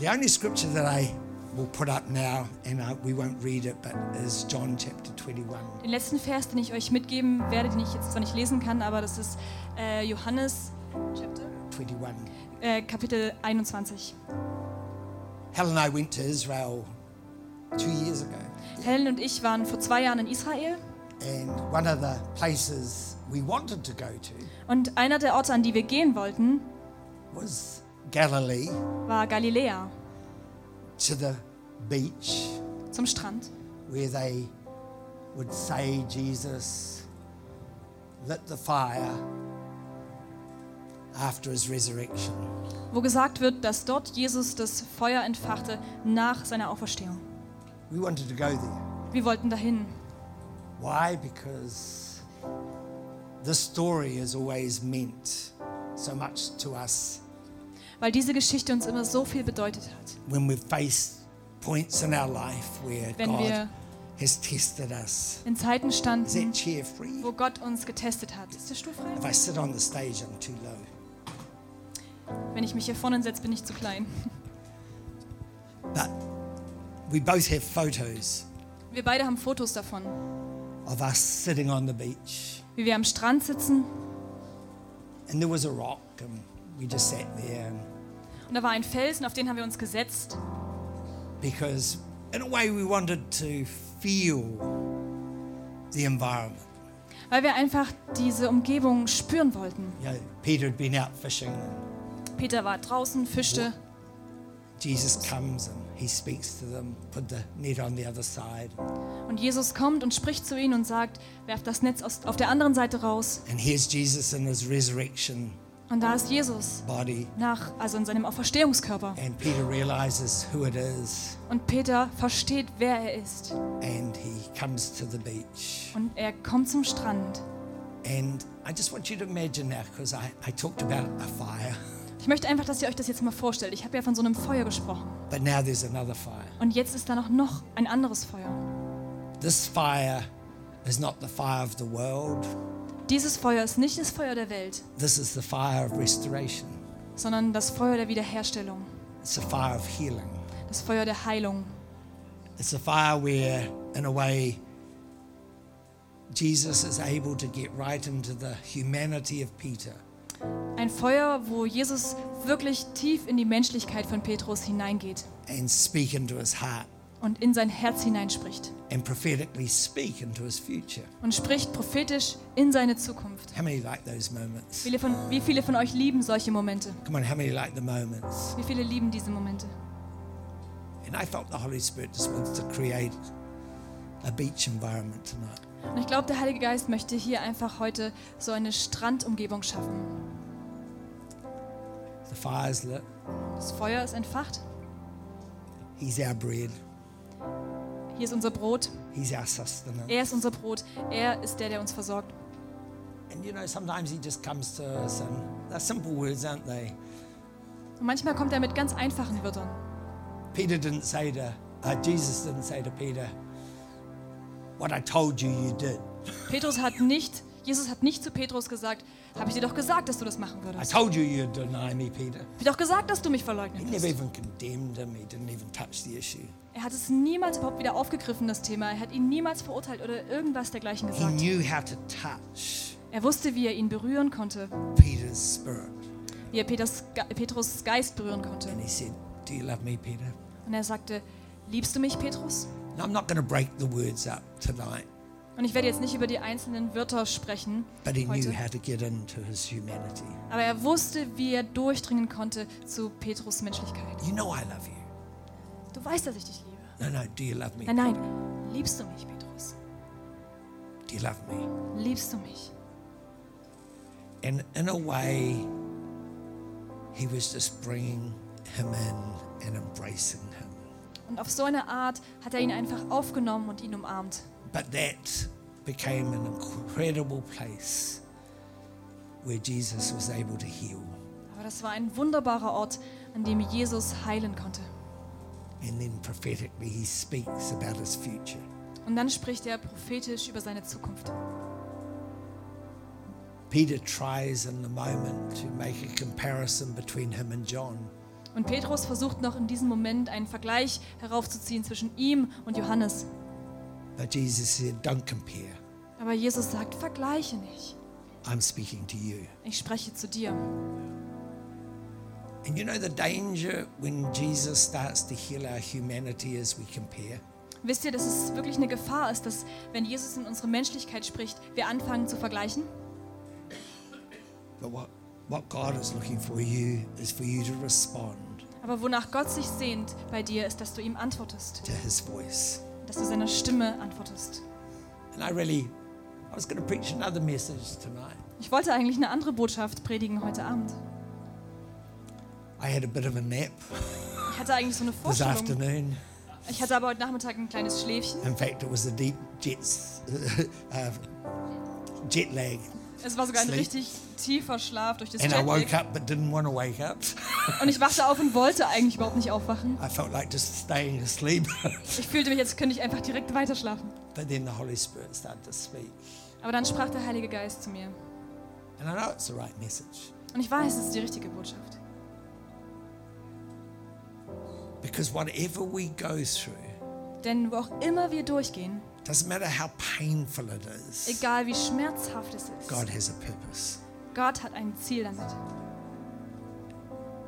The only scripture that I will put up now, and I, we won't read it, but is John chapter 21. Den letzten Vers, den ich euch mitgeben werde, den ich jetzt zwar nicht lesen kann, aber das ist äh, Johannes Chapter? 21. Äh, Kapitel 21. Helen and I went to Israel two years ago, Helen und ich waren vor zwei Jahren in Israel and one of the places we wanted to go to und einer der Orte, an die wir gehen wollten, was Galilee war Galiläa to the beach zum Strand. where they would say Jesus lit the fire after his resurrection. wo gesagt wird, dass dort Jesus das Feuer entfachte nach seiner Auferstehung. We wanted to go there. Wir wollten dahin. Why? Because this story has always meant so much to us weil diese Geschichte uns immer so viel bedeutet hat. when we face points in our life where Wenn God wir- has tested us. In Zeiten Is that standen, chair free? wo Gott uns getestet hat. Ist der Stuhl frei? If I sit on the stage, I'm too low. Wenn ich mich hier vorne setze, bin ich zu klein. But we both have photos Wir beide haben Fotos davon, of us sitting on the beach, wie wir am Strand sitzen and there was a rock, and we just sat there and und da war ein Felsen, auf den haben wir uns gesetzt, because, in a way, we wanted to feel the environment. weil wir einfach diese Umgebung spüren wollten. You know, Peter had been out fishing, and Peter war draußen, fischte Jesus comes and he speaks to them, put the net on the other side. und Jesus kommt und spricht zu ihnen und sagt, werft das Netz aus, auf der anderen Seite raus. And here's Jesus in his resurrection Und da ist Jesus body. nach, also in seinem Auferstehungskörper. And Peter realizes who it is Und Peter versteht, wer er ist. and he comes to the beach. Und er kommt zum Strand. And I just want you to imagine now, because I, I talked about a fire, Ich möchte einfach, dass ihr euch das jetzt mal vorstellt. Ich habe ja von so einem Feuer gesprochen. but now there's another fire. Und jetzt ist da noch, noch ein anderes Feuer. This fire is not the fire of the world, Dieses Feuer ist nicht das Feuer der Welt, this is the fire of restoration, sondern das Feuer der Wiederherstellung. it's a fire of healing. Das Feuer der Heilung. It's a fire where, in a way, Jesus is able to get right into the humanity of Peter Ein Feuer, wo Jesus wirklich tief in die Menschlichkeit von Petrus hineingeht and speak into his heart und in sein Herz hineinspricht and prophetically speak into his future. und spricht prophetisch in seine Zukunft. How many like those moments? Viele von, wie viele von euch lieben solche Momente? Come on, how many like the moments? Wie viele lieben diese Momente? And I felt the Holy Spirit just wants to create a beach environment tonight. Und ich glaube, der Heilige Geist möchte hier einfach heute so eine Strandumgebung schaffen. The fire's lit, Das Feuer ist entfacht. he's our bread, Hier ist unser Brot. he's our sustenance. Er ist unser Brot. Er ist der, der uns versorgt. And you know, sometimes he just comes to us and they're simple words, aren't they? Und manchmal kommt er mit ganz einfachen Wörtern. Peter didn't say to, uh, Jesus didn't say to Peter, what I told you, you did. Petrus hat nicht, Jesus hat nicht zu Petrus gesagt, habe ich dir doch gesagt, dass du das machen I würdest. told you you'd deny me, Peter. Hab ich doch gesagt, dass du mich He verleugnen never wirst. even condemned him. He didn't even touch the issue. Er hat es niemals überhaupt wieder aufgegriffen, das Thema. Er hat ihn niemals verurteilt oder irgendwas dergleichen He gesagt. knew how to touch Er wusste, wie er ihn berühren konnte, Peter's spirit. wie er Peters, Ge- Petrus Geist berühren konnte. And he said, Do you love me, Peter? Und er sagte, liebst du mich, Petrus? Now, I'm not going to break the words up tonight, Und ich werde jetzt nicht über die einzelnen Wörter sprechen, but he knew heute, how to get into his humanity. aber er wusste, wie er durchdringen konnte zu Petrus Menschlichkeit. You know I love you. Du weißt, dass ich dich liebe. No, no, do you love me? Nein, nein, liebst du mich, Petrus? Do you love me? Liebst du mich? And in a way, he was just bringing him in and embracing him. Und auf so eine Art hat er ihn einfach aufgenommen und ihn umarmt. But that became an incredible place where Jesus was able to heal. Aber das war ein wunderbarer Ort, an dem Jesus heilen konnte. And then prophetically, he speaks about his future. Und dann spricht er prophetisch über seine Zukunft. Peter tries in the moment to make a comparison between him and John. Und Petrus versucht noch in diesem Moment einen Vergleich heraufzuziehen zwischen ihm und Johannes. But Jesus said, Don't compare. Aber Jesus sagt, vergleiche nicht. I'm speaking to you. Ich spreche zu dir. And you know the danger when Jesus starts to heal our humanity as we compare? Wisst ihr, dass es wirklich eine Gefahr ist, dass wenn Jesus in unsere Menschlichkeit spricht, wir anfangen zu vergleichen? But what, what God is looking for you is for you to respond Aber wonach Gott sich sehnt bei dir, ist, dass du ihm antwortest, to his voice. dass du seiner Stimme antwortest. And I really, I was going to preach another message tonight. Ich wollte eigentlich eine andere Botschaft predigen heute Abend. I had a bit of a nap Ich hatte eigentlich so eine this Vorstellung. afternoon. Ich hatte aber heute Nachmittag ein kleines Schläfchen. In fact, it was a deep jets, uh, jet lag. Es war sogar ein Sleep. richtig tiefer Schlaf durch das And I woke Jetlag. up but didn't want to wake up. Und ich wachte auf und wollte eigentlich überhaupt nicht aufwachen. I felt like just staying asleep. Ich fühlte mich, jetzt könnte ich einfach direkt weiterschlafen. but then the Holy Spirit started to speak. Aber dann sprach der Heilige Geist zu mir. And I know it's the right message Und ich weiß, es ist die richtige Botschaft. because whatever we go through, Denn wo auch immer wir durchgehen, doesn't matter how painful it is, egal wie schmerzhaft es ist, God has a purpose. Gott hat ein Ziel damit.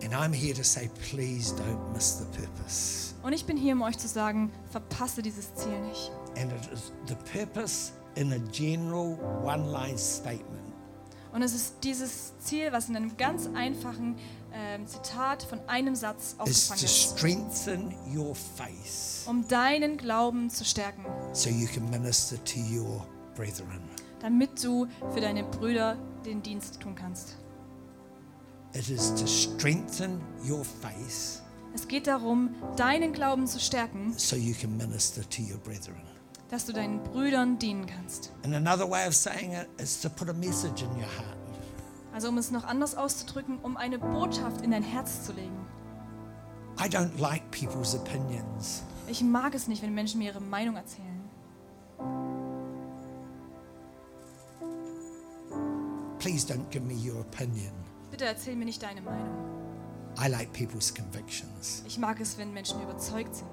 And I'm here to say, please don't miss the purpose. Und ich bin hier, um euch zu sagen, verpasse dieses Ziel nicht. And it is the purpose in a general one line statement Und es ist dieses Ziel, was in einem ganz einfachen ähm, Zitat von einem Satz is to aufgefangen ist, strengthen your faith um deinen Glauben zu stärken, so you can minister to your brethren. damit du für deine Brüder den Dienst tun kannst. It is to strengthen your faith Es geht darum, deinen Glauben zu stärken, so you can minister to your brethren. dass du deinen Brüdern dienen kannst. And another way of saying it is to put a message in your heart. Also um es noch anders auszudrücken, um eine Botschaft in dein Herz zu legen. I don't like people's opinions. Ich mag es nicht, wenn Menschen mir ihre Meinung erzählen. Please don't give me your opinion. Bitte erzähl mir nicht deine Meinung. I like people's convictions. Ich mag es, wenn Menschen überzeugt sind.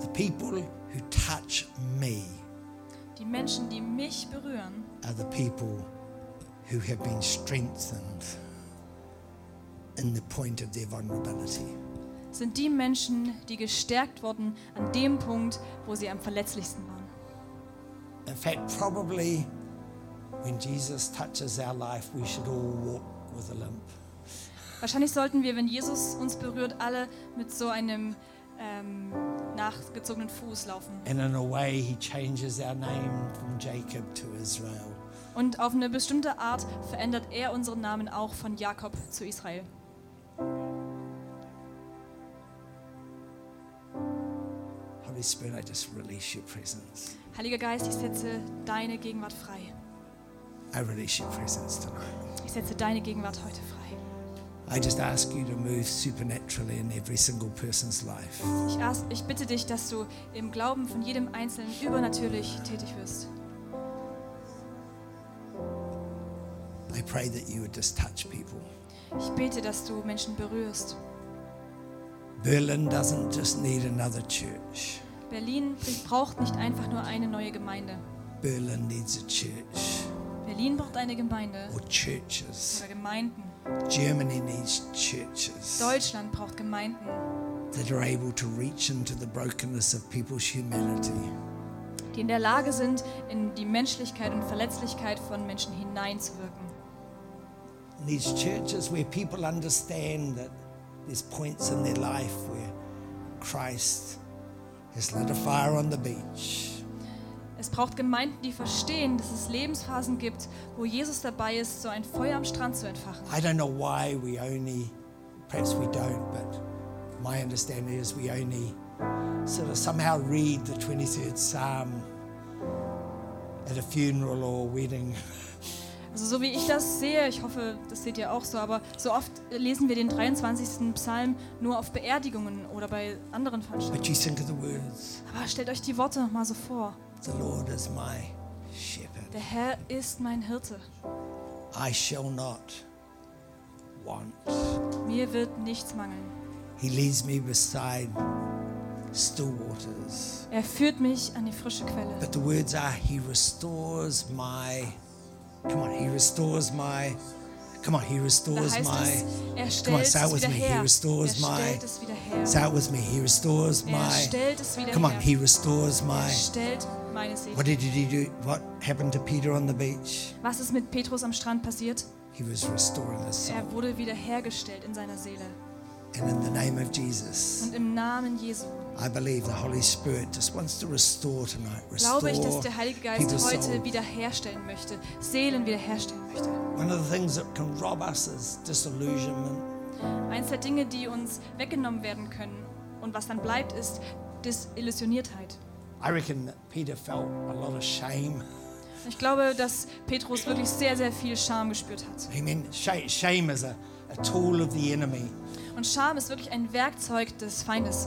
The people who touch me Die Menschen, die mich berühren, are the people who have been strengthened in the point of their vulnerability. sind die Menschen, die gestärkt wurden an dem Punkt, wo sie am verletzlichsten waren. In fact, probably when Jesus touches our life, we should all walk with a limp. Wahrscheinlich sollten wir, wenn Jesus uns berührt, alle mit so einem ähm, nachgezogenen Fuß laufen. And in a way, he changes our name from Jacob to Israel. Und auf eine bestimmte Art verändert er unseren Namen auch von Jakob zu Israel. Holy Spirit, I just release your presence. Heiliger Geist, ich setze deine Gegenwart frei. I release your presence tonight. Ich setze deine Gegenwart heute frei. I just ask you to move supernaturally in every single person's life. Ich, ask, ich bitte dich, dass du im Glauben von jedem Einzelnen übernatürlich tätig wirst. I pray that you would just touch people. Ich bete, dass du Menschen berührst. Berlin doesn't just need another church, Berlin braucht nicht einfach nur eine neue Gemeinde. Berlin needs a church Berlin braucht eine Gemeinde or churches. oder Gemeinden. Germany needs churches Deutschland braucht Gemeinden, that are able to reach into the brokenness of people's humanity. die in der Lage sind, in die Menschlichkeit und Verletzlichkeit von Menschen hineinzuwirken. Needs churches where people understand that there's points in their life where Christ has lit a fire on the beach. Es braucht Gemeinden, die verstehen, dass es Lebensphasen gibt, wo Jesus dabei ist, so ein Feuer am Strand zu entfachen. I don't know why we only, perhaps we don't, but my understanding is we only sort of somehow read the 23rd Psalm at a funeral or a wedding. Also so wie ich das sehe, ich hoffe, das seht ihr auch so, aber so oft lesen wir den 23. Psalm nur auf Beerdigungen oder bei anderen Veranstaltungen. But you think of the words, Aber stellt euch die Worte nochmal so vor. the Lord is my shepherd. Der Herr ist mein Hirte. I shall not want. Mir wird nichts mangeln. He leads me beside still waters. Er führt mich an die frische Quelle. But the words are, He restores my. Come on, He restores my. Come on, He Da restores my. heißt es, er Come stellt on, say it es with wieder me. He her. Er restores my. stellt es wieder her. Say it with me. He restores Er my. stellt es wieder Come on, her. He restores Er my. stellt meine Seele. What did he do? What happened to Peter on the beach? Was ist mit Petrus am Strand passiert? He was restoring his soul. Er wurde wiederhergestellt in seiner Seele. And in the name of Jesus, Und im Namen Jesu I believe the Holy Spirit just wants to restore tonight. Restore glaube ich, dass der Heilige Geist people's heute soul. wiederherstellen möchte, Seelen wiederherstellen möchte. One of the things that can rob us is disillusionment. Eins der Dinge, die uns weggenommen werden können und was dann bleibt, ist Desillusioniertheit. I reckon that Peter felt a lot of shame. Ich glaube, dass Petrus wirklich sehr, sehr viel Scham gespürt hat. I mean, sh- shame is a, a tool of the enemy. Und Scham ist wirklich ein Werkzeug des Feindes.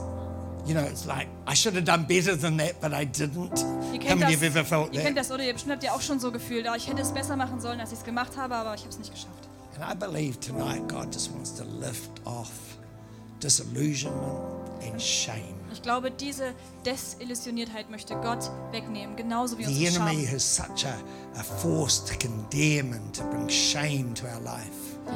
You know, it's like, I should have done better than that, but I didn't. How Ihr kennt, many das, of you ever felt ihr kennt that? das, oder? Ihr bestimmt habt ja auch schon so gefühlt, ah, ich hätte es besser machen sollen, als ich es gemacht habe, aber ich habe es nicht geschafft. And I believe tonight God just wants to lift off disillusionment and shame. Ich glaube, diese Desillusioniertheit möchte Gott wegnehmen, genauso wie The unsere enemy Scham. has such a, a force to condemn and to bring shame to our life.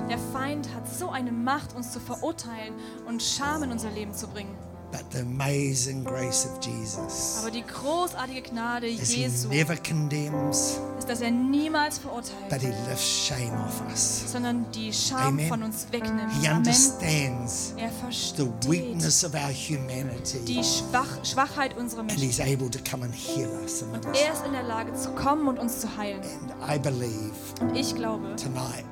Der Feind hat so eine Macht, uns zu verurteilen und Scham in unser Leben zu bringen. But the amazing grace of Jesus Aber die großartige Gnade is Jesu He never condemns, ist, dass er niemals but verurteilt, He lifts shame off us. sondern die Scham Amen. von uns wegnimmt. He Amen. understands Er the versteht weakness of our humanity die Schwach Schwachheit unserer and Menschen. He's able to come and heal us. in Und this. er ist in der Lage zu kommen und uns zu heilen. And I believe Und ich glaube, tonight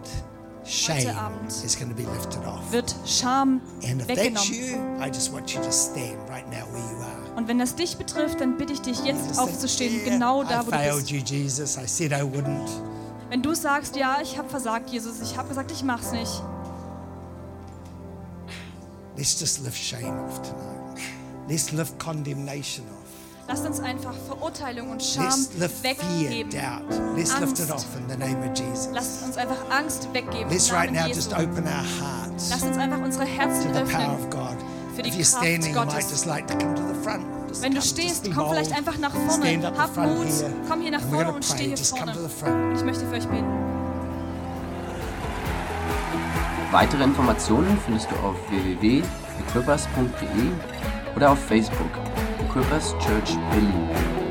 shame Abend. is going to be lifted off. wird Scham And if that's weggenommen. you, I just want you to stand right now where you are. Und wenn das dich betrifft, dann bitte ich dich Just jetzt say, aufzustehen, "Yeah, genau da, wo I du failed bist. you, Jesus. I said I wouldn't. Wenn du sagst, ja, ich habe versagt, Jesus, ich habe gesagt, ich mach's nicht, Let's just lift shame off tonight. Let's lift condemnation off. lass uns einfach Verurteilung und Scham Let's lift fear, weggeben. doubt. Let's lift it Angst. off in the name of Jesus. Lass uns einfach Angst weggeben. Let's im right Namen now Jesu. just open our hearts Lass uns einfach unsere to Herzen the power öffnen. of God. Für die If you're Kraft standing, you might Gottes. just like to come to the front. Just Wenn du come, just stehst, be komm bold. vielleicht einfach nach Stand vorne. up Hab the front Mut. here. Komm hier nach And we're vorne gonna und pray. steh hier Just come to the front. vorne. Und ich möchte für euch beten. Weitere Informationen findest du auf www.equippers.de oder auf Facebook Equippers Church Berlin.